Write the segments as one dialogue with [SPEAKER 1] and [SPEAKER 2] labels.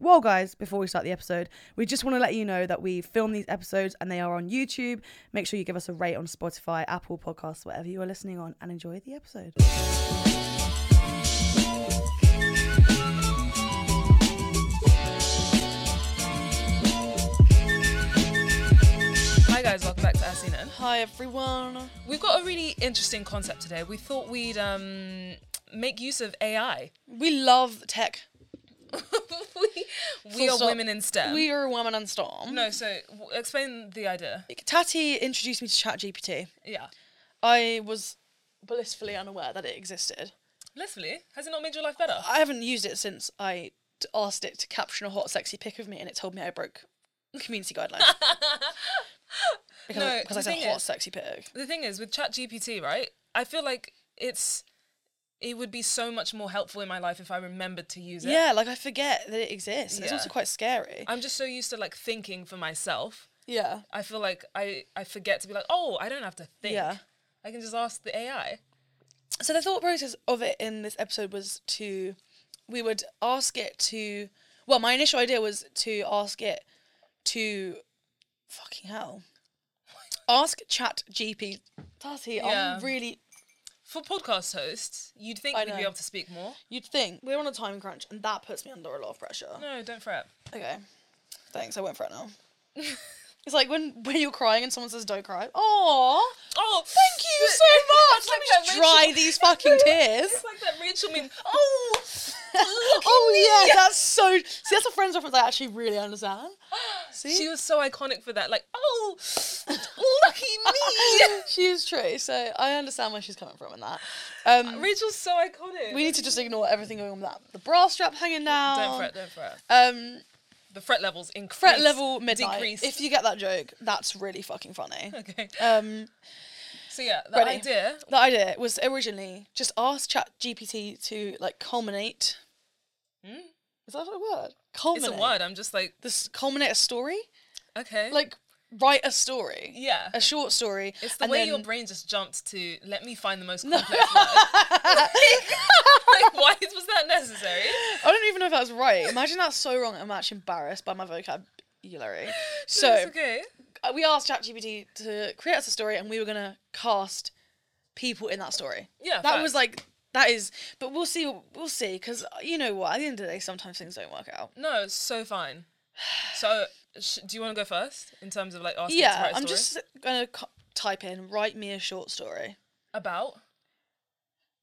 [SPEAKER 1] Well, guys, before we start the episode, we just want to let you know that we film these episodes and they are on YouTube. Make sure you give us a rate on Spotify, Apple Podcasts, whatever you are listening on, and enjoy the episode.
[SPEAKER 2] Hi guys, welcome back to Asina.
[SPEAKER 3] Hi everyone.
[SPEAKER 2] We've got a really interesting concept today. We thought we'd um, make use of AI.
[SPEAKER 3] We love tech.
[SPEAKER 2] we we
[SPEAKER 3] Full
[SPEAKER 2] are
[SPEAKER 3] stop.
[SPEAKER 2] women in STEM.
[SPEAKER 3] We are women in storm.
[SPEAKER 2] no, so w- explain the idea.
[SPEAKER 3] Tati introduced me to ChatGPT.
[SPEAKER 2] Yeah,
[SPEAKER 3] I was blissfully unaware that it existed.
[SPEAKER 2] Leslie, has it not made your life better?
[SPEAKER 3] I haven't used it since I t- asked it to caption a hot, sexy pic of me, and it told me I broke community guidelines because,
[SPEAKER 2] No,
[SPEAKER 3] I, because I
[SPEAKER 2] the
[SPEAKER 3] said
[SPEAKER 2] thing
[SPEAKER 3] hot,
[SPEAKER 2] is-
[SPEAKER 3] sexy pic.
[SPEAKER 2] The thing is, with ChatGPT, right? I feel like it's it would be so much more helpful in my life if I remembered to use it.
[SPEAKER 3] Yeah, like I forget that it exists. and It's
[SPEAKER 2] Yeah.
[SPEAKER 3] also quite scary.
[SPEAKER 2] I'm just so used to like thinking for myself.
[SPEAKER 3] yeah,
[SPEAKER 2] I feel like I I forget to be like, oh, I don't have to think.
[SPEAKER 3] yeah.
[SPEAKER 2] I can just ask the AI.
[SPEAKER 3] So the thought process of it in this episode was to we would ask it to well, my initial idea was to ask it to fucking hell. Ask Chat GP Tati,
[SPEAKER 2] Yeah.
[SPEAKER 3] I'm really
[SPEAKER 2] For podcast hosts, you'd think
[SPEAKER 3] I
[SPEAKER 2] we'd
[SPEAKER 3] know.
[SPEAKER 2] be able to speak more.
[SPEAKER 3] you'd think we're on a time crunch and that puts me under a lot of pressure.
[SPEAKER 2] No, don't fret.
[SPEAKER 3] Okay. Thanks, I won't fret now. it's like when when you're crying and someone says don't cry. Oh
[SPEAKER 2] Oh, thank
[SPEAKER 3] you so much. Let me just dry these fucking tears.
[SPEAKER 2] It's like that Rachel meme. Oh,
[SPEAKER 3] oh yeah, that's so. See, that's a friends reference I actually really understand. See,
[SPEAKER 2] she was so iconic for that. Like, oh, lucky
[SPEAKER 3] she is true. So I understand where she's coming from in that. Um,
[SPEAKER 2] me. Rachel's so iconic.
[SPEAKER 3] we need to just ignore everything going on with that. The bra strap hanging down.
[SPEAKER 2] don't fret, don't fret.
[SPEAKER 3] Um,
[SPEAKER 2] The fret levels increase.
[SPEAKER 3] fret level midnight.
[SPEAKER 2] Decrease.
[SPEAKER 3] If you get that joke, that's really fucking funny.
[SPEAKER 2] okay.
[SPEAKER 3] Um,
[SPEAKER 2] So yeah, the
[SPEAKER 3] ready.
[SPEAKER 2] idea.
[SPEAKER 3] the idea was originally just ask Chat GPT to like culminate. Is that a word?
[SPEAKER 2] Hmm? It's
[SPEAKER 3] Culminate.
[SPEAKER 2] a word. I'm just like,
[SPEAKER 3] This culminate a story.
[SPEAKER 2] okay.
[SPEAKER 3] Like write a story.
[SPEAKER 2] Yeah.
[SPEAKER 3] A short story.
[SPEAKER 2] it's the
[SPEAKER 3] and
[SPEAKER 2] way
[SPEAKER 3] then-
[SPEAKER 2] your brain just jumped to let me find the most complex word. like, like, why was that necessary?
[SPEAKER 3] I don't even know if that's right. Imagine that's so wrong. I'm actually embarrassed by my vocabulary. So
[SPEAKER 2] It's okay.
[SPEAKER 3] uh, we asked ChatGPT to create us a story, and we were gonna cast people in that story.
[SPEAKER 2] Yeah,
[SPEAKER 3] that
[SPEAKER 2] facts.
[SPEAKER 3] was like that is. But we'll see. We'll see. Because you know what? At the end of the day, sometimes things don't work out.
[SPEAKER 2] No, it's so fine. So, sh- do you want to go first in terms of like asking to
[SPEAKER 3] yeah,
[SPEAKER 2] write a
[SPEAKER 3] I'm
[SPEAKER 2] story?
[SPEAKER 3] just gonna co- type in write me a short story.
[SPEAKER 2] about?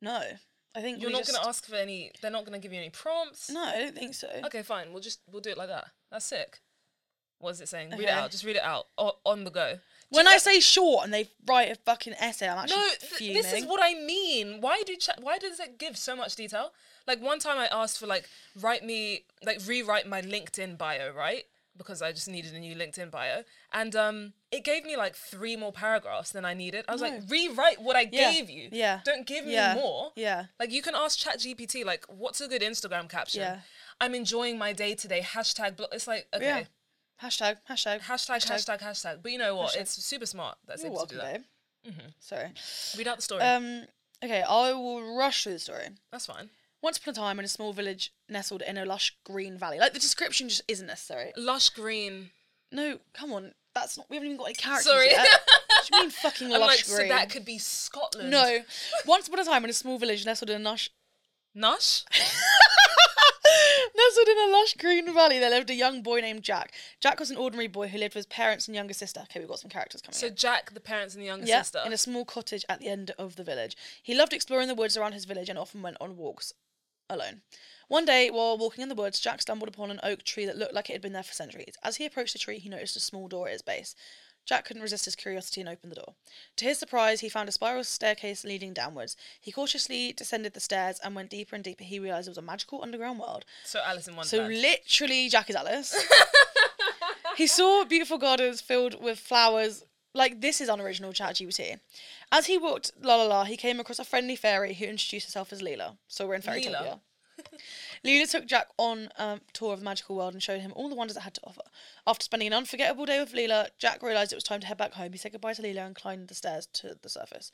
[SPEAKER 3] No, I think
[SPEAKER 2] You're
[SPEAKER 3] we
[SPEAKER 2] not
[SPEAKER 3] just-
[SPEAKER 2] gonna ask for any. They're not gonna give you any prompts.
[SPEAKER 3] No, I don't think so.
[SPEAKER 2] Okay, fine. We'll just we'll do it like that. That's sick. What is it saying? Read it
[SPEAKER 3] Okay.
[SPEAKER 2] out. Just read it out o- on the go. Do
[SPEAKER 3] When
[SPEAKER 2] you
[SPEAKER 3] I
[SPEAKER 2] know-
[SPEAKER 3] say short and they write a fucking essay, I'm actually
[SPEAKER 2] no, th-
[SPEAKER 3] fuming.
[SPEAKER 2] this is what I mean. Why do cha- why does it give so much detail? Like one time I asked for like write me like rewrite my LinkedIn bio, right? Because I just needed a new LinkedIn bio, and um, it gave me like three more paragraphs than I needed. I was like, rewrite what I
[SPEAKER 3] Yeah.
[SPEAKER 2] gave you.
[SPEAKER 3] Yeah.
[SPEAKER 2] Don't give me
[SPEAKER 3] Yeah.
[SPEAKER 2] more.
[SPEAKER 3] Yeah.
[SPEAKER 2] Like you can ask ChatGPT like, what's a good Instagram caption?
[SPEAKER 3] Yeah.
[SPEAKER 2] I'm enjoying my day today. Hashtag. Blo-. It's like okay.
[SPEAKER 3] Yeah. Hashtag, hashtag,
[SPEAKER 2] Hashtag, hashtag, hashtag, But you know what? It's super smart that's
[SPEAKER 3] You're
[SPEAKER 2] able to do
[SPEAKER 3] welcome,
[SPEAKER 2] that.
[SPEAKER 3] babe.
[SPEAKER 2] Mm-hmm.
[SPEAKER 3] Sorry.
[SPEAKER 2] Read out the story.
[SPEAKER 3] Um, okay, I will rush through the story.
[SPEAKER 2] that's fine.
[SPEAKER 3] Once upon a time, in a small village nestled in a lush green valley. Like the description just isn't necessary.
[SPEAKER 2] Lush green.
[SPEAKER 3] No, come on, that's not. We haven't even got any characters
[SPEAKER 2] Sorry.
[SPEAKER 3] yet. What do you mean fucking
[SPEAKER 2] I'm
[SPEAKER 3] lush
[SPEAKER 2] like,
[SPEAKER 3] green?
[SPEAKER 2] so that could be Scotland.
[SPEAKER 3] no. Once upon a time, in a small village nestled in a lush
[SPEAKER 2] Nush?
[SPEAKER 3] Nestled in a lush green valley, there lived a young boy named Jack. Jack was an ordinary boy who lived with his parents and younger sister. Okay, we've got some characters coming.
[SPEAKER 2] So
[SPEAKER 3] in.
[SPEAKER 2] Jack, the parents, and the younger
[SPEAKER 3] Yeah,
[SPEAKER 2] sister.
[SPEAKER 3] in a small cottage at the end of the village. He loved exploring the woods around his village and often went on walks alone. One day, while walking in the woods, Jack stumbled upon an oak tree that looked like it had been there for centuries. As he approached the tree, he noticed a small door at its base. Jack couldn't resist his curiosity and opened the door. To his surprise, he found a spiral staircase leading downwards. He cautiously descended the stairs and went deeper and deeper. He realized it was a magical underground world.
[SPEAKER 2] So Alice in
[SPEAKER 3] So
[SPEAKER 2] Wonderland.
[SPEAKER 3] literally, Jack is Alice. he saw beautiful gardens filled with flowers. Like this is unoriginal chat GPT. As he walked la la la, he came across a friendly fairy who introduced herself as Leela. So we're in fairy
[SPEAKER 2] Leela.
[SPEAKER 3] tale. Leela took Jack on a tour of the magical world and showed him all the wonders it had to offer. After spending an unforgettable day with Leela, Jack realized it was time to head back home. He said goodbye to Leela and climbed the stairs to the surface.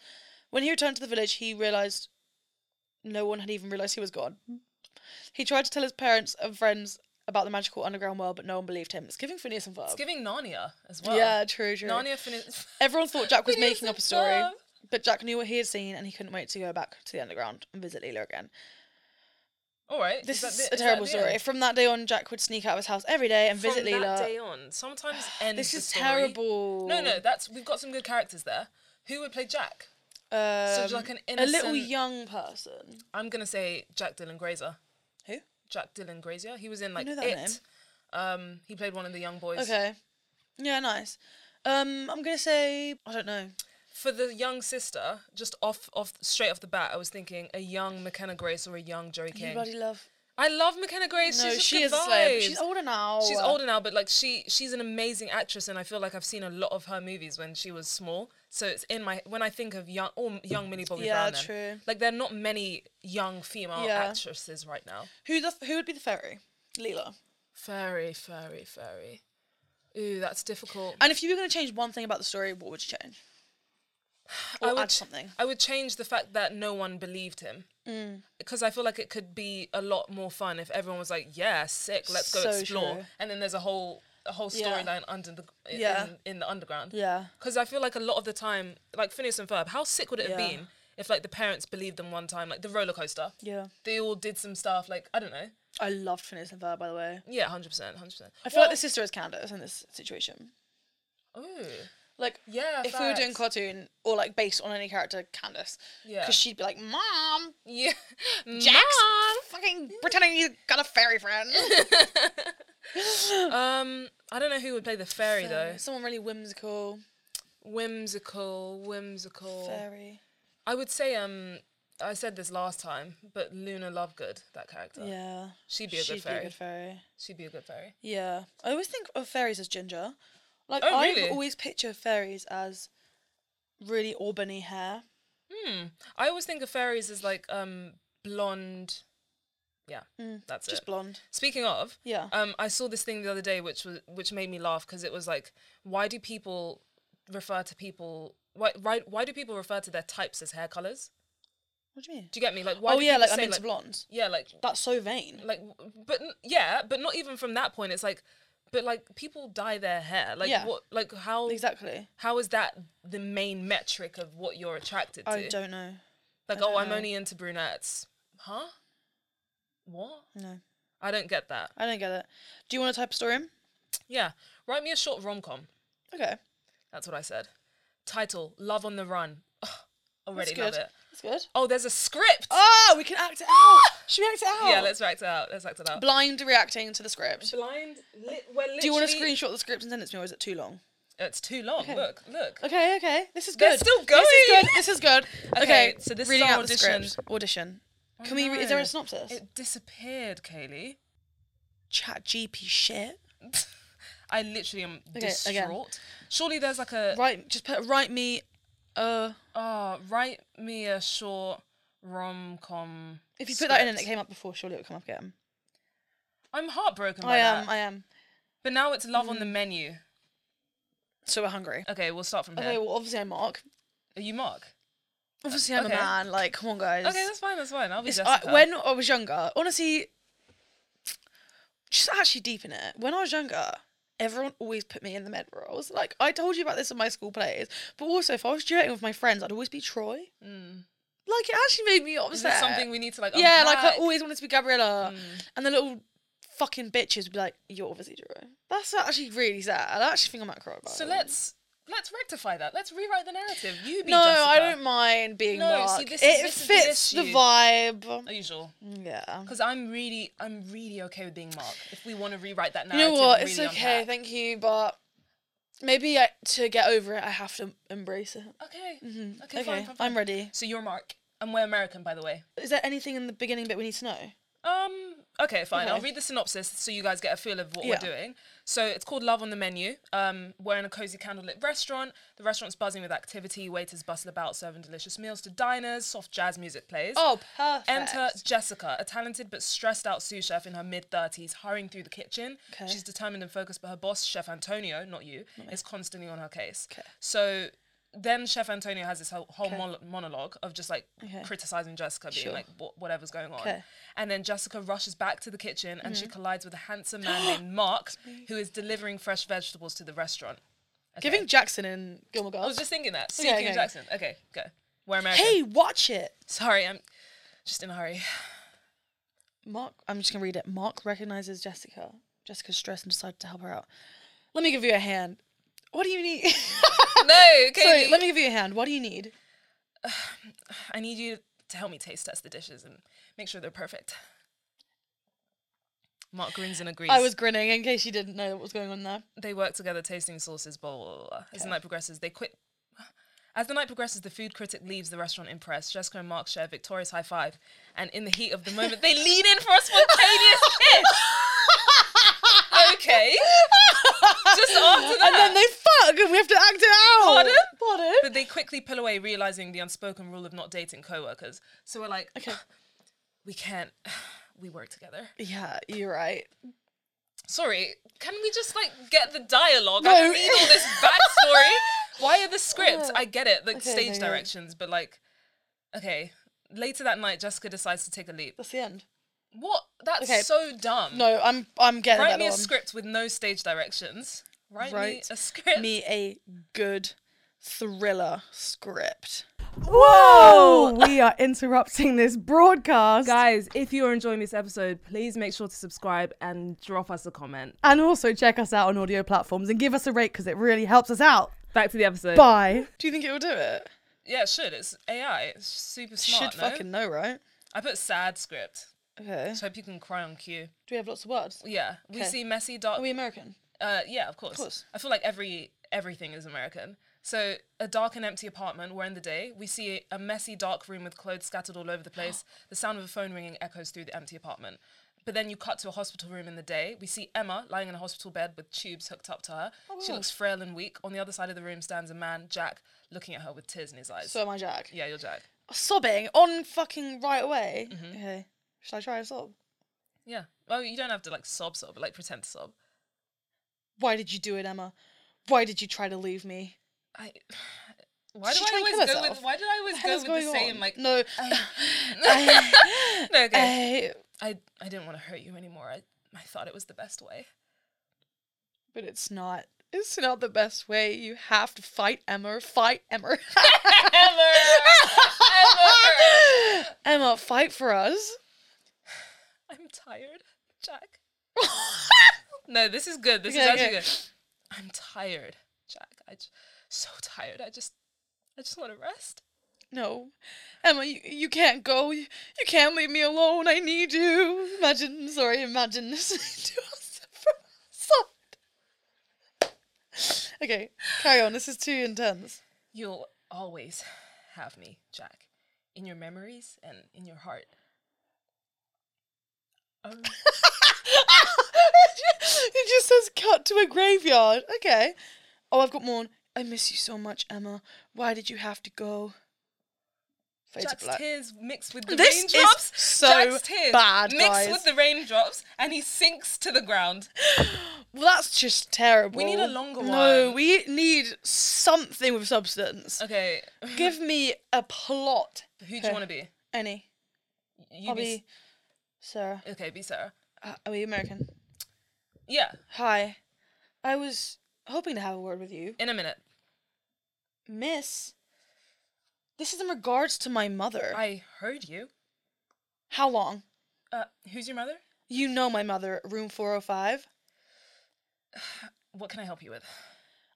[SPEAKER 3] When he returned to the village, he realized no one had even realized he was gone. He tried to tell his parents and friends about the magical underground world, but no one believed him. It's giving Phineas and Ferb.
[SPEAKER 2] it's giving Narnia as well.
[SPEAKER 3] Yeah, true, true.
[SPEAKER 2] Narnia finished.
[SPEAKER 3] Everyone thought Jack was
[SPEAKER 2] Phineas
[SPEAKER 3] making up a
[SPEAKER 2] and
[SPEAKER 3] story,
[SPEAKER 2] Ferb.
[SPEAKER 3] but Jack knew what he had seen, and he couldn't wait to go back to the underground and visit Leela again.
[SPEAKER 2] All right.
[SPEAKER 3] This
[SPEAKER 2] that
[SPEAKER 3] is,
[SPEAKER 2] the-
[SPEAKER 3] a
[SPEAKER 2] that
[SPEAKER 3] terrible
[SPEAKER 2] the
[SPEAKER 3] story.
[SPEAKER 2] end?
[SPEAKER 3] From that day on, Jack would sneak out of his house every day and
[SPEAKER 2] From
[SPEAKER 3] visit
[SPEAKER 2] that
[SPEAKER 3] Leela.
[SPEAKER 2] day on, sometimes ends.
[SPEAKER 3] This
[SPEAKER 2] the
[SPEAKER 3] is
[SPEAKER 2] story.
[SPEAKER 3] terrible.
[SPEAKER 2] No, no, that's we've got some good characters there. Who would play Jack?
[SPEAKER 3] Um,
[SPEAKER 2] like an
[SPEAKER 3] a little
[SPEAKER 2] innocent-
[SPEAKER 3] young person.
[SPEAKER 2] I'm gonna say Jack Dylan Grazer.
[SPEAKER 3] Who?
[SPEAKER 2] Jack Dylan Grazier. He was in like
[SPEAKER 3] know that
[SPEAKER 2] it.
[SPEAKER 3] name.
[SPEAKER 2] Um, he played one of the young boys.
[SPEAKER 3] Okay. Yeah, nice. Um, I'm gonna say I don't know.
[SPEAKER 2] For the young sister, just off, off, straight off the bat, I was thinking a young McKenna Grace or a young Joey
[SPEAKER 3] You
[SPEAKER 2] King.
[SPEAKER 3] bloody love.
[SPEAKER 2] I love McKenna Grace.
[SPEAKER 3] no,
[SPEAKER 2] She's just
[SPEAKER 3] she
[SPEAKER 2] good
[SPEAKER 3] is a slave.
[SPEAKER 2] vibes.
[SPEAKER 3] She's older now.
[SPEAKER 2] She's older now, but like she, she's an amazing actress, and I feel like I've seen a lot of her movies when she was small. So it's in my when I think of young, or young Millie Bobby
[SPEAKER 3] Yeah,
[SPEAKER 2] Brown. then.
[SPEAKER 3] true.
[SPEAKER 2] Like there are not many young female
[SPEAKER 3] Yeah.
[SPEAKER 2] actresses right now.
[SPEAKER 3] Who the f- who would be the fairy? Leela.
[SPEAKER 2] Fairy, fairy, fairy. Ooh, that's difficult.
[SPEAKER 3] And if you were going to change one thing about the story, what would you change? Or
[SPEAKER 2] I would
[SPEAKER 3] add
[SPEAKER 2] ch-
[SPEAKER 3] something. Mm.
[SPEAKER 2] I would change the fact that no one believed him. Because I feel like it could be a lot more fun if everyone was like, "Yeah, sick, let's go
[SPEAKER 3] So
[SPEAKER 2] explore,"
[SPEAKER 3] true.
[SPEAKER 2] and then there's a whole a whole
[SPEAKER 3] Yeah.
[SPEAKER 2] storyline under the in,
[SPEAKER 3] Yeah.
[SPEAKER 2] in the underground.
[SPEAKER 3] Yeah.
[SPEAKER 2] Because I feel like a lot of the time, like Phineas and Ferb, how sick would it have
[SPEAKER 3] Yeah.
[SPEAKER 2] been if like the parents believed them one time, like the roller coaster?
[SPEAKER 3] Yeah.
[SPEAKER 2] They all did some stuff, like I don't know.
[SPEAKER 3] I loved Phineas and Ferb, by the way.
[SPEAKER 2] Yeah, hundred percent, hundred percent.
[SPEAKER 3] I feel like the sister is Candace in this situation.
[SPEAKER 2] Ooh,
[SPEAKER 3] Like,
[SPEAKER 2] Oh, yeah.
[SPEAKER 3] if we were doing
[SPEAKER 2] facts.
[SPEAKER 3] cartoon or like based on any character, Candace.
[SPEAKER 2] Yeah.
[SPEAKER 3] Because she'd be like, Mom,
[SPEAKER 2] yeah,
[SPEAKER 3] Jack's fucking pretending he's got a fairy friend.
[SPEAKER 2] Um, I don't know who would play the fairy though.
[SPEAKER 3] Someone really whimsical.
[SPEAKER 2] Whimsical, whimsical.
[SPEAKER 3] Fairy.
[SPEAKER 2] I would say um. I said this last time, but Luna Lovegood, that character,
[SPEAKER 3] Yeah.
[SPEAKER 2] she'd be a good
[SPEAKER 3] Be
[SPEAKER 2] fairy.
[SPEAKER 3] a good fairy.
[SPEAKER 2] she'd be a good fairy.
[SPEAKER 3] Yeah. I always think of fairies as ginger. Like
[SPEAKER 2] Oh,
[SPEAKER 3] I
[SPEAKER 2] really?
[SPEAKER 3] always picture fairies as really auburny hair.
[SPEAKER 2] I always think of fairies as like um blonde. Yeah, that's
[SPEAKER 3] Mm. Just
[SPEAKER 2] it.
[SPEAKER 3] blonde.
[SPEAKER 2] Speaking of,
[SPEAKER 3] Yeah.
[SPEAKER 2] um, I saw this thing the other day, which was which made me laugh because it was like, why do people refer to people? Why, why why do people refer to their types as hair colors?
[SPEAKER 3] What do you mean?
[SPEAKER 2] Do you get me? Like, why?
[SPEAKER 3] oh
[SPEAKER 2] do
[SPEAKER 3] yeah,
[SPEAKER 2] people
[SPEAKER 3] like
[SPEAKER 2] say,
[SPEAKER 3] I'm into blondes.
[SPEAKER 2] Yeah, like
[SPEAKER 3] That's so vain.
[SPEAKER 2] like but yeah but not even from that point it's like but like people dye their hair like
[SPEAKER 3] Yeah.
[SPEAKER 2] what like how
[SPEAKER 3] Exactly.
[SPEAKER 2] how is that the main metric of what you're attracted to
[SPEAKER 3] I don't know.
[SPEAKER 2] like
[SPEAKER 3] I don't
[SPEAKER 2] oh i'm
[SPEAKER 3] know.
[SPEAKER 2] only into brunettes huh what
[SPEAKER 3] No,
[SPEAKER 2] i don't get that
[SPEAKER 3] I don't get it. Do you want to type a story in?
[SPEAKER 2] yeah write me a short rom-com
[SPEAKER 3] Okay,
[SPEAKER 2] that's what i said title love on the run Ugh,
[SPEAKER 3] that's
[SPEAKER 2] already
[SPEAKER 3] good.
[SPEAKER 2] love it
[SPEAKER 3] That's good.
[SPEAKER 2] oh there's a script
[SPEAKER 3] Oh, we can act it out. Should we act it out?
[SPEAKER 2] yeah let's act it out let's act it out
[SPEAKER 3] Blind reacting to the script.
[SPEAKER 2] blind lit well
[SPEAKER 3] Do you want to screenshot the script and send it to me, or is it too long?
[SPEAKER 2] it's too long look look
[SPEAKER 3] Okay, okay. This is
[SPEAKER 2] They're
[SPEAKER 3] good.
[SPEAKER 2] still
[SPEAKER 3] This is
[SPEAKER 2] going.
[SPEAKER 3] good. This is good. Okay,
[SPEAKER 2] Okay, so this is
[SPEAKER 3] reading
[SPEAKER 2] our
[SPEAKER 3] out the
[SPEAKER 2] audition.
[SPEAKER 3] script. Audition.
[SPEAKER 2] I
[SPEAKER 3] Can we? Re- is there
[SPEAKER 2] know.
[SPEAKER 3] a synopsis?
[SPEAKER 2] It disappeared, Kaylee.
[SPEAKER 3] Chat GP shit.
[SPEAKER 2] I literally am
[SPEAKER 3] Okay,
[SPEAKER 2] distraught.
[SPEAKER 3] again.
[SPEAKER 2] Surely there's like a
[SPEAKER 3] Write. Just put. Write me. Uh.
[SPEAKER 2] oh, write me a short rom com.
[SPEAKER 3] If you put that in and it came up before, surely it will come up again.
[SPEAKER 2] I'm heartbroken by
[SPEAKER 3] I am.
[SPEAKER 2] that.
[SPEAKER 3] I um, Mm. am.
[SPEAKER 2] But now it's love on the menu.
[SPEAKER 3] So we're hungry.
[SPEAKER 2] Okay, we'll start from
[SPEAKER 3] Okay,
[SPEAKER 2] here.
[SPEAKER 3] well, obviously I'm Mark.
[SPEAKER 2] Are you Mark?
[SPEAKER 3] Obviously I'm
[SPEAKER 2] okay.
[SPEAKER 3] a man. Like, come on, guys.
[SPEAKER 2] Okay, that's fine. That's fine. I'll be
[SPEAKER 3] It's- uh,
[SPEAKER 2] Jessica.
[SPEAKER 3] I, when I was younger, honestly, just actually deep in it. When I was younger, everyone always put me in the med roles. Like I told you about this in my school plays, but also if I was duetting with my friends, I'd always be Troy. Mm. Like it actually made me
[SPEAKER 2] is
[SPEAKER 3] upset.
[SPEAKER 2] this something we need to like?
[SPEAKER 3] yeah, like oh, mm. I
[SPEAKER 2] unpack?
[SPEAKER 3] always wanted to be Gabriella, and the little fucking bitches would be like, "You're obviously Troy." That's actually really sad. I actually think I might cry about
[SPEAKER 2] So
[SPEAKER 3] it.
[SPEAKER 2] let's let's rectify that. Let's rewrite the narrative. You be
[SPEAKER 3] No,
[SPEAKER 2] Jessica.
[SPEAKER 3] I don't mind being
[SPEAKER 2] No,
[SPEAKER 3] Mark.
[SPEAKER 2] see, this is-
[SPEAKER 3] it
[SPEAKER 2] this is the
[SPEAKER 3] fits the
[SPEAKER 2] issue.
[SPEAKER 3] vibe.
[SPEAKER 2] Are you sure?
[SPEAKER 3] Mm, Yeah.
[SPEAKER 2] Because I'm really, I'm really okay with being Mark. If we want to rewrite that
[SPEAKER 3] You
[SPEAKER 2] narrative,
[SPEAKER 3] know what?
[SPEAKER 2] and
[SPEAKER 3] It's
[SPEAKER 2] really
[SPEAKER 3] okay.
[SPEAKER 2] unpack.
[SPEAKER 3] Thank you, but Maybe I, to get over it, I have to embrace it.
[SPEAKER 2] Okay. Okay,
[SPEAKER 3] Mm-hmm. Okay,
[SPEAKER 2] fine, fine, fine.
[SPEAKER 3] I'm ready.
[SPEAKER 2] So you're Mark, and we're American, by the way.
[SPEAKER 3] Is there anything in the beginning that we need to know?
[SPEAKER 2] Um. Okay, fine. I'll
[SPEAKER 3] Okay.
[SPEAKER 2] read the synopsis so you guys get a feel of what
[SPEAKER 3] Yeah.
[SPEAKER 2] we're doing. So it's called Love on the Menu. Um, we're in a cozy candlelit restaurant. The restaurant's buzzing with activity. Waiters bustle about, serving delicious meals to diners. Soft jazz music plays.
[SPEAKER 3] Oh, perfect.
[SPEAKER 2] Enter Jessica, a talented but stressed out sous chef in her mid 30s, hurrying through the kitchen.
[SPEAKER 3] Okay.
[SPEAKER 2] She's determined and focused, but her boss, Chef Antonio, not you, is constantly on her case.
[SPEAKER 3] Okay.
[SPEAKER 2] So then Chef Antonio has this whole, whole mon- monologue of just like
[SPEAKER 3] Okay.
[SPEAKER 2] criticizing Jessica, being
[SPEAKER 3] Sure.
[SPEAKER 2] like, "Wha- whatever's going on.
[SPEAKER 3] Okay. Mm-hmm.
[SPEAKER 2] And then Jessica rushes back to the kitchen and she collides with a handsome man named Mark, who is delivering fresh vegetables to the restaurant.
[SPEAKER 3] Giving Jackson and Gilmore
[SPEAKER 2] I
[SPEAKER 3] Girls.
[SPEAKER 2] was just thinking that.
[SPEAKER 3] Okay,
[SPEAKER 2] CQ
[SPEAKER 3] okay.
[SPEAKER 2] Jackson. Okay, go. We're American.
[SPEAKER 3] hey, watch it.
[SPEAKER 2] Sorry, I'm just in a hurry.
[SPEAKER 3] Mark, I'm just gonna read it. Mark recognizes Jessica. Jessica's stressed and decided to help her out. Let me give you a hand. What do you need?
[SPEAKER 2] No, okay.
[SPEAKER 3] Sorry, let me give you a hand. What do you need?
[SPEAKER 2] I need you to help me taste test the dishes and make sure they're perfect. Mark Greens and agrees.
[SPEAKER 3] I was grinning in case you didn't know what was going on there.
[SPEAKER 2] They work together, tasting sauces, blah, blah, blah, blah. As the night progresses, they quit. As the night progresses, the food critic leaves the restaurant impressed. Jessica and Mark share a victorious high five, and in the heat of the moment, they lean in for a spontaneous kiss. Okay. Just after that.
[SPEAKER 3] And then they fuck and we have to act it out.
[SPEAKER 2] Pardon?
[SPEAKER 3] Pardon?
[SPEAKER 2] but they quickly pull away, realizing the unspoken rule of not dating coworkers. So we're like,
[SPEAKER 3] Okay.
[SPEAKER 2] we can't. We work together.
[SPEAKER 3] Yeah, you're right.
[SPEAKER 2] Sorry, can we just like get the dialogue? I
[SPEAKER 3] No.
[SPEAKER 2] need all this backstory. Why are the scripts? I get it, like
[SPEAKER 3] Okay,
[SPEAKER 2] stage
[SPEAKER 3] okay.
[SPEAKER 2] directions, but like, okay. Later that night, Jessica decides to take a leap.
[SPEAKER 3] That's the end.
[SPEAKER 2] What? That's
[SPEAKER 3] Okay.
[SPEAKER 2] so dumb.
[SPEAKER 3] No, I'm I'm getting
[SPEAKER 2] Write
[SPEAKER 3] that
[SPEAKER 2] me a
[SPEAKER 3] on.
[SPEAKER 2] script with no stage directions. Write, me
[SPEAKER 3] Write
[SPEAKER 2] a script.
[SPEAKER 3] Me a good thriller script.
[SPEAKER 1] Whoa! we are interrupting this broadcast.
[SPEAKER 2] Guys, if you are enjoying this episode, please make sure to subscribe and drop us a comment.
[SPEAKER 1] And also check us out on audio platforms and give us a rate because it really helps us out.
[SPEAKER 2] Back to the episode.
[SPEAKER 1] Bye.
[SPEAKER 3] Do you think it will do it?
[SPEAKER 2] yeah, it should. It's AI. It's super smart.
[SPEAKER 3] Should
[SPEAKER 2] no?
[SPEAKER 3] fucking know, right?
[SPEAKER 2] I put sad script.
[SPEAKER 3] Okay.
[SPEAKER 2] Just hope you can cry on cue.
[SPEAKER 3] Do we have lots of words?
[SPEAKER 2] Yeah, we
[SPEAKER 3] Okay.
[SPEAKER 2] see messy dark.
[SPEAKER 3] Are we American?
[SPEAKER 2] Uh, yeah, of course.
[SPEAKER 3] course.
[SPEAKER 2] I feel like every everything is American. So a dark and empty apartment. We're in the day. We see a messy dark room with clothes scattered all over the place. the sound of a phone ringing echoes through the empty apartment. But then you cut to a hospital room in the day. We see Emma lying in a hospital bed with tubes hooked up to her.
[SPEAKER 3] Oh,
[SPEAKER 2] she looks frail and weak. On the other side of the room stands a man, Jack, looking at her with tears in his eyes.
[SPEAKER 3] So am I Jack.
[SPEAKER 2] yeah, you're Jack.
[SPEAKER 3] sobbing on fucking right away.
[SPEAKER 2] Mm-hmm.
[SPEAKER 3] Okay. Should I try a sob?
[SPEAKER 2] Yeah. Well, you don't have to like sob, sob, but, like pretend to sob.
[SPEAKER 3] Why did you do it, Emma? Why did you try to leave me?
[SPEAKER 2] I. Why
[SPEAKER 3] She
[SPEAKER 2] do I
[SPEAKER 3] trying to
[SPEAKER 2] always
[SPEAKER 3] kill
[SPEAKER 2] go
[SPEAKER 3] herself?
[SPEAKER 2] with? Why did I always
[SPEAKER 3] What
[SPEAKER 2] go
[SPEAKER 3] hell's
[SPEAKER 2] with
[SPEAKER 3] going
[SPEAKER 2] the same?
[SPEAKER 3] on?
[SPEAKER 2] Like
[SPEAKER 3] no, Eh,
[SPEAKER 2] no, okay.
[SPEAKER 3] I,
[SPEAKER 2] I I didn't want to hurt you anymore. I I thought it was the best way.
[SPEAKER 3] but it's not. It's not the best way. You have to fight Emma. Fight Emma.
[SPEAKER 2] Ever, ever.
[SPEAKER 3] Emma, fight for us.
[SPEAKER 2] I'm tired, Jack. no, this is good. This is
[SPEAKER 3] Okay, okay.
[SPEAKER 2] actually good. I'm tired, Jack. I j- so tired. I just I just want to rest.
[SPEAKER 3] No, Emma, you, you can't go. You, you can't leave me alone. I need you. Imagine, sorry, imagine listening to us from outside. Okay, carry on. This is too intense.
[SPEAKER 2] You'll always have me, Jack, in your memories and in your heart. Um,
[SPEAKER 3] it just says cut to a graveyard. Okay. Oh, I've got more. on. I miss you so much, Emma. Why did you have to go? Fade to
[SPEAKER 2] Jack's
[SPEAKER 3] black.
[SPEAKER 2] tears mixed with the
[SPEAKER 3] This is
[SPEAKER 2] raindrops.
[SPEAKER 3] so
[SPEAKER 2] Jack's tears
[SPEAKER 3] bad,
[SPEAKER 2] mixed
[SPEAKER 3] guys.
[SPEAKER 2] with the raindrops, and he sinks to the ground.
[SPEAKER 3] Well, that's just terrible.
[SPEAKER 2] We need a longer
[SPEAKER 3] No,
[SPEAKER 2] one.
[SPEAKER 3] we need something with substance.
[SPEAKER 2] Okay,
[SPEAKER 3] Give me a plot.
[SPEAKER 2] who do you want to be?
[SPEAKER 3] Any.
[SPEAKER 2] You
[SPEAKER 3] I'll
[SPEAKER 2] be,
[SPEAKER 3] be Sarah.
[SPEAKER 2] S- okay. Be Sarah.
[SPEAKER 3] Uh, are we American?
[SPEAKER 2] Yeah,
[SPEAKER 3] Hi. I was hoping to have a word with you.
[SPEAKER 2] in a minute.
[SPEAKER 3] Miss. This is in regards to my mother.
[SPEAKER 2] I heard you.
[SPEAKER 3] How long?
[SPEAKER 2] Uh, who's your mother?
[SPEAKER 3] You know my mother, room 405.
[SPEAKER 2] What can I help you with?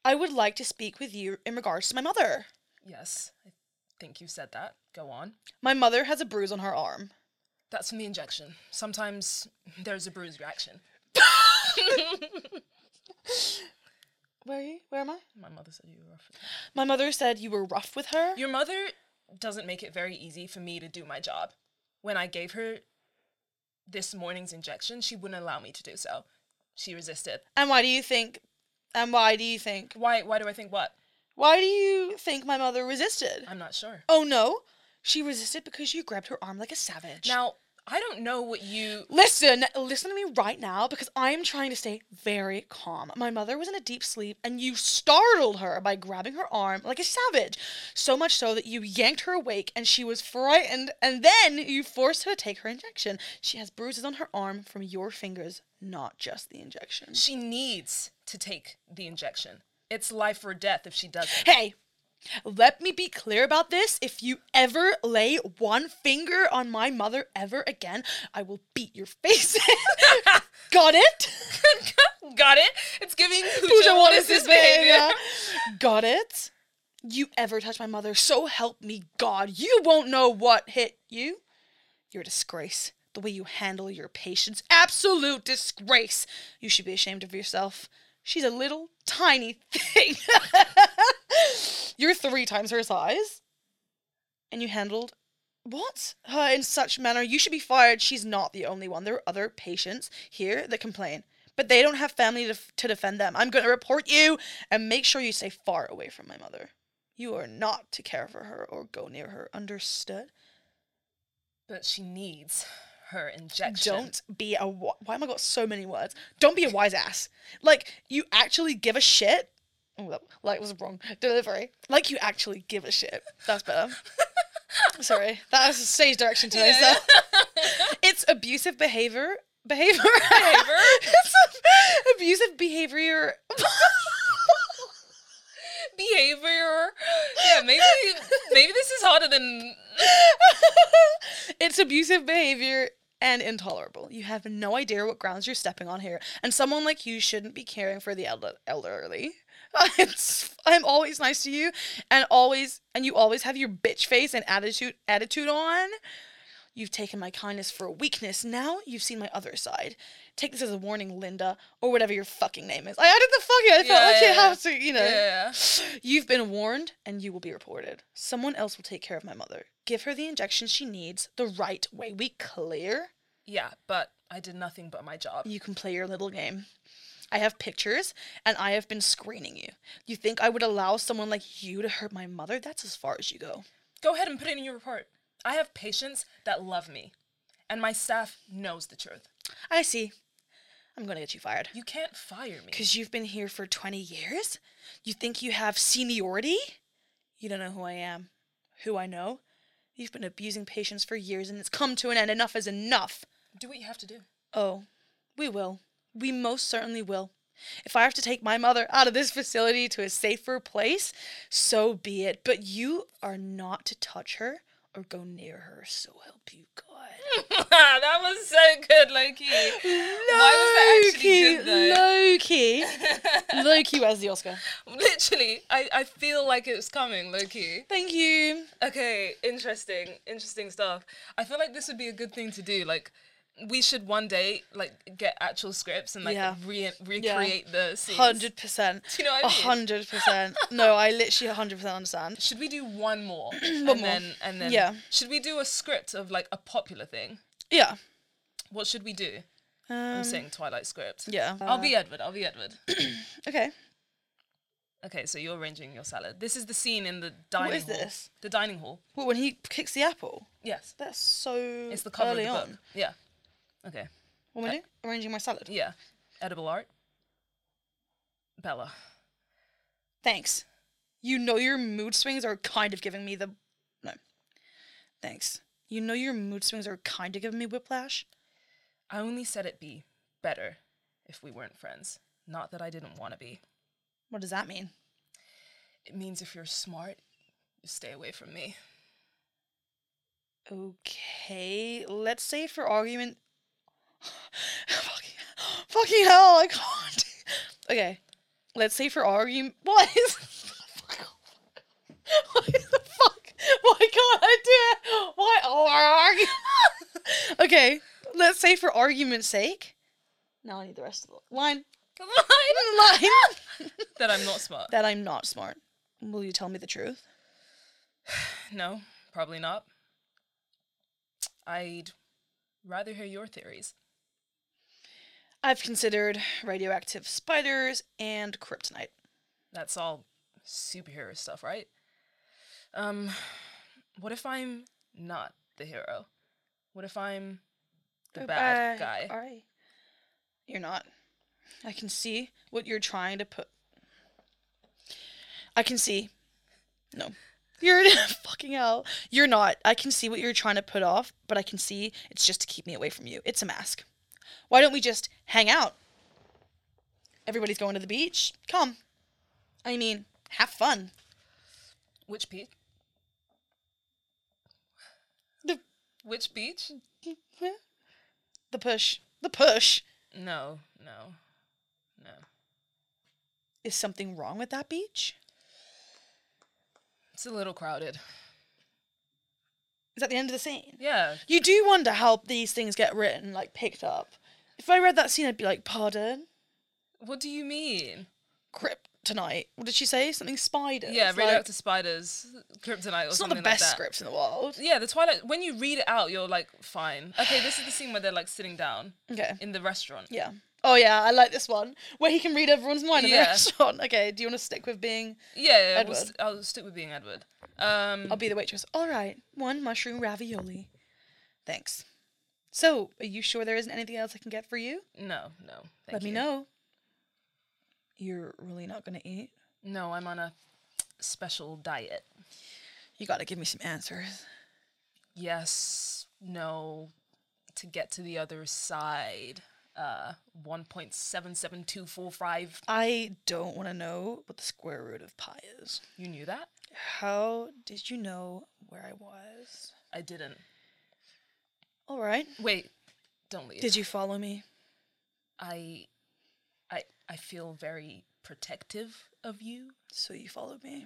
[SPEAKER 3] I would like to speak with you in regards to my mother.
[SPEAKER 2] Yes, I think you said that. Go on.
[SPEAKER 3] My mother has a bruise on her arm.
[SPEAKER 2] That's from the injection. Sometimes there's a bruise reaction.
[SPEAKER 3] Where are you? Where am I?
[SPEAKER 2] My mother said you were rough.
[SPEAKER 3] My mother said you were rough with her.
[SPEAKER 2] Your mother doesn't make it very easy for me to do my job. When I gave her this morning's injection, she wouldn't allow me to do so. She resisted.
[SPEAKER 3] and why do you think? And why do you think?
[SPEAKER 2] Why? Why do I think what?
[SPEAKER 3] Why do you think my mother resisted?
[SPEAKER 2] I'm not sure.
[SPEAKER 3] Oh no, she resisted because you grabbed her arm like a savage.
[SPEAKER 2] Now I don't know what you.
[SPEAKER 3] Listen, listen to me right now because I am trying to stay very calm. My mother was in a deep sleep and you startled her by grabbing her arm like a savage. So much so that you yanked her awake and she was frightened and then you forced her to take her injection. She has bruises on her arm from your fingers, not just the injection.
[SPEAKER 2] She needs to take the injection. It's life or death if she doesn't.
[SPEAKER 3] Hey, let me be clear about this. If you ever lay one finger on my mother ever again, I will beat your face. Got it?
[SPEAKER 2] Got it? It's giving
[SPEAKER 3] Pooja,
[SPEAKER 2] Pooja
[SPEAKER 3] what is this behavior? Got it? You ever touch my mother, so help me God, you won't know what hit you. You're a disgrace. The way you handle your patients, absolute disgrace. You should be ashamed of yourself. She's a little tiny thing. You're three times her size. And you handled what? Her in such manner. You should be fired. She's not the only one. There are other patients here that complain, but they don't have family to, to defend them. I'm going to report you and make sure you stay far away from my mother. You are not to care for her or go near her. Understood?
[SPEAKER 2] But she needs her injection.
[SPEAKER 3] Don't be a wi- why am I got so many words? Don't be a wise ass. Like you actually give a shit. Oh, that, that was wrong delivery. Like you actually give a shit. That's better. Sorry, that was stage direction today. So. it's abusive behavior. Behavior.
[SPEAKER 2] Behavior?
[SPEAKER 3] it's a- abusive behavior.
[SPEAKER 2] behavior. Yeah, maybe maybe this is harder than
[SPEAKER 3] it's abusive behavior and intolerable. You have no idea what grounds you're stepping on here, and someone like you shouldn't be caring for the elder- elderly. It's, I'm always nice to you, and always, and you always have your bitch face and attitude attitude on. You've taken my kindness for a weakness. Now you've seen my other side. Take this as a warning, Linda, or whatever your fucking name is. I added the fucking. I felt
[SPEAKER 2] Yeah,
[SPEAKER 3] like
[SPEAKER 2] yeah,
[SPEAKER 3] it
[SPEAKER 2] yeah.
[SPEAKER 3] had to, you know.
[SPEAKER 2] yeah.
[SPEAKER 3] You've been warned and you will be reported. Someone else will take care of my mother. Give her the injection she needs the right way. We clear?
[SPEAKER 2] Yeah, but I did nothing but my job.
[SPEAKER 3] You can play your little game. I have pictures and I have been screening you. You think I would allow someone like you to hurt my mother? That's as far as you go.
[SPEAKER 2] Go ahead and put it in your report. I have patients that love me, and my staff knows the truth.
[SPEAKER 3] I see. I'm going to get you fired.
[SPEAKER 2] You can't fire me.
[SPEAKER 3] Because you've been here for 20 years? You think you have seniority? You don't know who I am, who I know. You've been abusing patients for years and it's come to an end. Enough is enough.
[SPEAKER 2] Do what you have to do.
[SPEAKER 3] Oh, we will. We most certainly will. If I have to take my mother out of this facility to a safer place, so be it. But you are not to touch her or go near her, so help you
[SPEAKER 2] Hmm,
[SPEAKER 3] God.
[SPEAKER 2] that was so good, Loki. Why was that actually good though?
[SPEAKER 3] Loki, Loki, Loki, where's the Oscar?
[SPEAKER 2] Literally, I, I feel like it's coming, Loki.
[SPEAKER 3] Thank you.
[SPEAKER 2] Okay, interesting, interesting stuff. I feel like this would be a good thing to do. Like, we should one day like get actual scripts and like
[SPEAKER 3] Yeah.
[SPEAKER 2] re- recreate the scenes.
[SPEAKER 3] Hundred percent.
[SPEAKER 2] Do you know what I mean?
[SPEAKER 3] hundred percent. No, I literally hundred percent understand.
[SPEAKER 2] Should we do one more? and
[SPEAKER 3] more.
[SPEAKER 2] then and then
[SPEAKER 3] Yeah.
[SPEAKER 2] should we do a script of like a popular thing?
[SPEAKER 3] Yeah. Um,
[SPEAKER 2] What should we do? I'm saying Twilight script.
[SPEAKER 3] Yeah. Uh,
[SPEAKER 2] I'll be Edward. I'll be Edward.
[SPEAKER 3] Okay.
[SPEAKER 2] okay, so you're arranging your salad. This is the scene in the dining
[SPEAKER 3] is
[SPEAKER 2] hall.
[SPEAKER 3] this?
[SPEAKER 2] The dining hall.
[SPEAKER 3] Well, when he kicks the apple,
[SPEAKER 2] Yes.
[SPEAKER 3] that's so
[SPEAKER 2] It's the cover
[SPEAKER 3] early
[SPEAKER 2] of the book. Uh,
[SPEAKER 3] on.
[SPEAKER 2] Yeah. Okay.
[SPEAKER 3] What am I doing? Arranging my salad.
[SPEAKER 2] Yeah. Edible art. Bella.
[SPEAKER 3] Thanks. You know your mood swings are kind of giving me the. No. Thanks. You know your mood swings are kind of giving me whiplash?
[SPEAKER 2] I only said it'd be better if we weren't friends. Not that I didn't want to be.
[SPEAKER 3] What does that mean?
[SPEAKER 2] It means if you're smart, you stay away from me.
[SPEAKER 3] Okay, let's say for argument. fucking, fucking hell, I can't. Okay, let's say for argument. What is. Why the fuck? Why can't I do it? Why? Oh, argu- okay, let's say for argument's sake. Now I need the rest of the line.
[SPEAKER 2] Line.
[SPEAKER 3] Line
[SPEAKER 2] that I'm not smart.
[SPEAKER 3] that I'm not smart. Will you tell me the truth?
[SPEAKER 2] No, probably not. I'd rather hear your theories.
[SPEAKER 3] I've considered radioactive spiders and kryptonite.
[SPEAKER 2] That's all superhero stuff, right? Um, what if I'm not the hero? What if I'm the bad
[SPEAKER 3] Goodbye.
[SPEAKER 2] guy?
[SPEAKER 3] All right. You're not. I can see what you're trying to put. I can see. No. You're fucking hell. You're not. I can see what you're trying to put off, but I can see it's just to keep me away from you. It's a mask. Why don't we just hang out? Everybody's going to the beach. Come. I mean, have fun.
[SPEAKER 2] Which beach?
[SPEAKER 3] The
[SPEAKER 2] Which beach?
[SPEAKER 3] the push. The push.
[SPEAKER 2] No, no, no.
[SPEAKER 3] Is something wrong with that beach?
[SPEAKER 2] It's a little crowded.
[SPEAKER 3] Is that the end of the scene?
[SPEAKER 2] Yeah,
[SPEAKER 3] You do wonder how these things get written, like picked up. If I read that scene, I'd be like, "Pardon,
[SPEAKER 2] What do you mean?
[SPEAKER 3] kryptonite." What did she say? Something spider.
[SPEAKER 2] Yeah,
[SPEAKER 3] It's like-
[SPEAKER 2] radioactive spiders, kryptonite, or
[SPEAKER 3] it's not
[SPEAKER 2] something
[SPEAKER 3] the best
[SPEAKER 2] like that.
[SPEAKER 3] script in the world.
[SPEAKER 2] Yeah, the Twilight. When you read it out, you're like, fine. Okay, this is the scene where they're like sitting down
[SPEAKER 3] Okay.
[SPEAKER 2] in the restaurant.
[SPEAKER 3] Yeah. Oh yeah, I like this one where he can read everyone's mind in the
[SPEAKER 2] Yeah.
[SPEAKER 3] restaurant. Okay, do you want to stick with being?
[SPEAKER 2] Yeah, yeah we'll
[SPEAKER 3] Edward. Oh.
[SPEAKER 2] st- I'll stick with being Edward. Um,
[SPEAKER 3] I'll be the waitress. All right, one mushroom ravioli. Thanks. So, are you sure there isn't anything else I can get for you?
[SPEAKER 2] no, no. Thank
[SPEAKER 3] Let me
[SPEAKER 2] you.
[SPEAKER 3] know. You're really not gonna eat.
[SPEAKER 2] No, I'm on a special diet.
[SPEAKER 3] You gotta give me some answers.
[SPEAKER 2] Yes, no. To get to the other side, uh, one point seven seven two four five.
[SPEAKER 3] I don't want to know what the square root of pi is.
[SPEAKER 2] You knew that?
[SPEAKER 3] How did you know where I was?
[SPEAKER 2] I didn't.
[SPEAKER 3] All right.
[SPEAKER 2] Wait, don't leave.
[SPEAKER 3] Did you follow me?
[SPEAKER 2] I, I, I feel very protective of you.
[SPEAKER 3] So you followed me.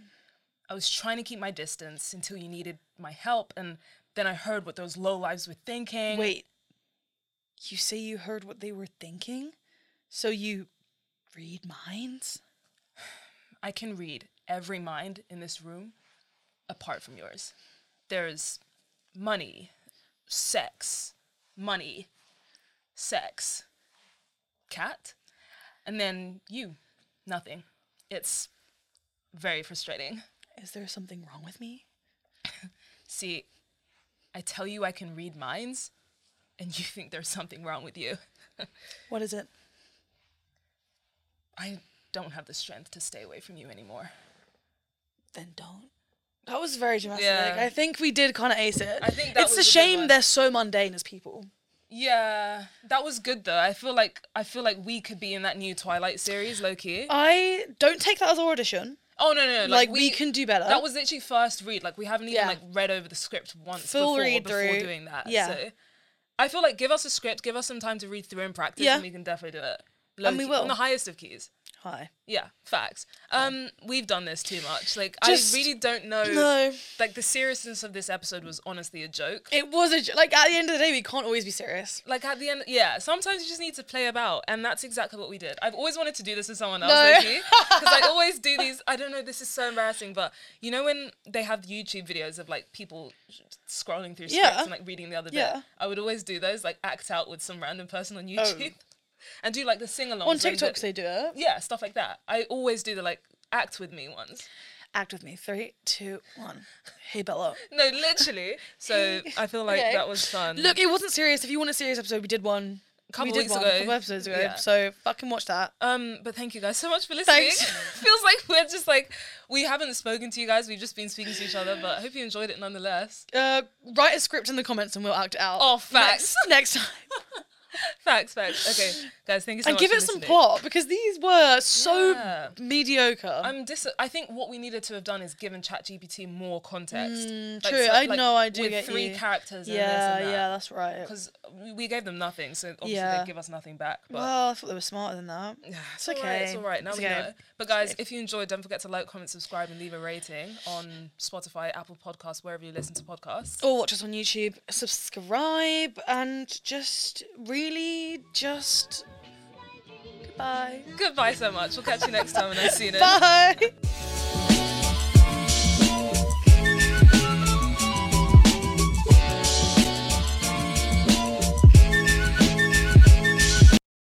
[SPEAKER 2] I was trying to keep my distance until you needed my help, and then I heard what those low lives were thinking.
[SPEAKER 3] Wait. You say you heard what they were thinking? So you read minds?
[SPEAKER 2] I can read every mind in this room, apart from yours. There's money, sex, money, sex, cat, and then you, nothing. It's very frustrating.
[SPEAKER 3] Is there something wrong with me?
[SPEAKER 2] See, I tell you I can read minds, and you think there's something wrong with you.
[SPEAKER 3] What is it?
[SPEAKER 2] I don't have the strength to stay away from you anymore.
[SPEAKER 3] Then don't. That was very dramatic.
[SPEAKER 2] Yeah.
[SPEAKER 3] I think we did kind of ace it.
[SPEAKER 2] I think that
[SPEAKER 3] it's
[SPEAKER 2] was a good
[SPEAKER 3] a shame
[SPEAKER 2] one.
[SPEAKER 3] they're so mundane as people.
[SPEAKER 2] Yeah, that was good though. I feel like I feel like we could be in that new Twilight series, low key.
[SPEAKER 3] I don't take that as our audition.
[SPEAKER 2] oh no, no, no,
[SPEAKER 3] like, we can do better.
[SPEAKER 2] That was literally first read. Like we haven't even
[SPEAKER 3] Yeah.
[SPEAKER 2] like read over the script once
[SPEAKER 3] Full
[SPEAKER 2] before,
[SPEAKER 3] read
[SPEAKER 2] before
[SPEAKER 3] through.
[SPEAKER 2] doing that.
[SPEAKER 3] Yeah.
[SPEAKER 2] So I feel like give us a script, give us some time to read through and practice,
[SPEAKER 3] Yeah.
[SPEAKER 2] and we can definitely do it.
[SPEAKER 3] And we
[SPEAKER 2] key-
[SPEAKER 3] will.
[SPEAKER 2] on the highest of keys.
[SPEAKER 3] Hi.
[SPEAKER 2] Yeah, facts. Um, we've done this too much. Like
[SPEAKER 3] Just-
[SPEAKER 2] I really don't know.
[SPEAKER 3] No.
[SPEAKER 2] Like the seriousness of this episode was honestly a joke.
[SPEAKER 3] It was a j- like at the end of the day, we can't always be serious.
[SPEAKER 2] like at the end, yeah. Sometimes you just need to play about, and that's exactly what we did. I've always wanted to do this with someone else,
[SPEAKER 3] No.
[SPEAKER 2] because I always do these. I don't know. This is so embarrassing, but you know when they have YouTube videos of like people scrolling through scripts
[SPEAKER 3] Yeah.
[SPEAKER 2] and like reading the other
[SPEAKER 3] Yeah. Oh.
[SPEAKER 2] bit. I would always do those, like act out with some random person on YouTube, and do like the sing along
[SPEAKER 3] On TikToks, they do it.
[SPEAKER 2] yeah, stuff like that. I always do the like act with me ones.
[SPEAKER 3] Act with me. Three, two, one. Hey, Bello.
[SPEAKER 2] No, literally. So I feel like
[SPEAKER 3] Okay.
[SPEAKER 2] that was fun.
[SPEAKER 3] Look, it wasn't serious. If you want a serious episode, we did one.
[SPEAKER 2] Couple
[SPEAKER 3] we did
[SPEAKER 2] weeks
[SPEAKER 3] one
[SPEAKER 2] ago.
[SPEAKER 3] A couple episodes ago.
[SPEAKER 2] Yeah.
[SPEAKER 3] So fucking watch that.
[SPEAKER 2] Um, but thank you guys so much for listening.
[SPEAKER 3] Thanks.
[SPEAKER 2] Feels like we're just like we haven't spoken to you guys. We've just been speaking to each other, but I hope you enjoyed it nonetheless.
[SPEAKER 3] Uh, write a script in the comments and we'll act it out.
[SPEAKER 2] Oh, facts.
[SPEAKER 3] Next, next time.
[SPEAKER 2] Facts, facts. Okay, guys, thank you so
[SPEAKER 3] and
[SPEAKER 2] much.
[SPEAKER 3] give
[SPEAKER 2] for
[SPEAKER 3] it some
[SPEAKER 2] listening.
[SPEAKER 3] plot because these were so
[SPEAKER 2] Yeah.
[SPEAKER 3] mediocre.
[SPEAKER 2] I'm dis- I think what we needed to have done is given ChatGPT more context. Like,
[SPEAKER 3] Mm, True,
[SPEAKER 2] so-
[SPEAKER 3] I
[SPEAKER 2] like,
[SPEAKER 3] know I do
[SPEAKER 2] With
[SPEAKER 3] get
[SPEAKER 2] three
[SPEAKER 3] you.
[SPEAKER 2] characters.
[SPEAKER 3] yeah,
[SPEAKER 2] and this and that.
[SPEAKER 3] yeah, that's right.
[SPEAKER 2] Because we gave them nothing, so obviously
[SPEAKER 3] Yeah.
[SPEAKER 2] they give us nothing back. But
[SPEAKER 3] Well, I thought they were smarter than that.
[SPEAKER 2] it's okay. It's all right. Now
[SPEAKER 3] It's
[SPEAKER 2] we
[SPEAKER 3] okay.
[SPEAKER 2] know. But guys, if you enjoyed, don't forget to like, comment, subscribe, and leave a rating on Spotify, Apple Podcasts, wherever you listen to podcasts.
[SPEAKER 3] or watch us on YouTube, subscribe, and just really just Bye.
[SPEAKER 2] Goodbye so much. We'll catch you next time on I've seen it.
[SPEAKER 3] Bye.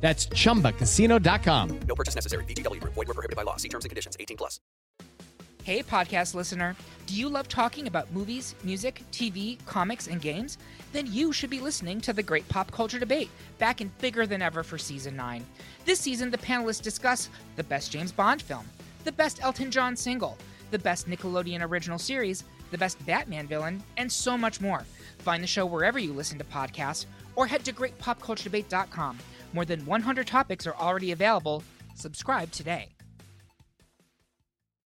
[SPEAKER 4] That's chumbacasino.com.
[SPEAKER 5] No purchase necessary. VGW Group. Void were prohibited by law. See terms and conditions. 18 plus.
[SPEAKER 6] Hey, podcast listener. Do you love talking about movies, music, TV, comics, and games? Then you should be listening to The Great Pop Culture Debate, back and bigger than ever for season 9. This season, the panelists discuss the best James Bond film, the best Elton John single, the best Nickelodeon original series, the best Batman villain, and so much more. Find the show wherever you listen to podcasts or head to greatpopculturedebate.com. More than 100 topics are already available. Subscribe today.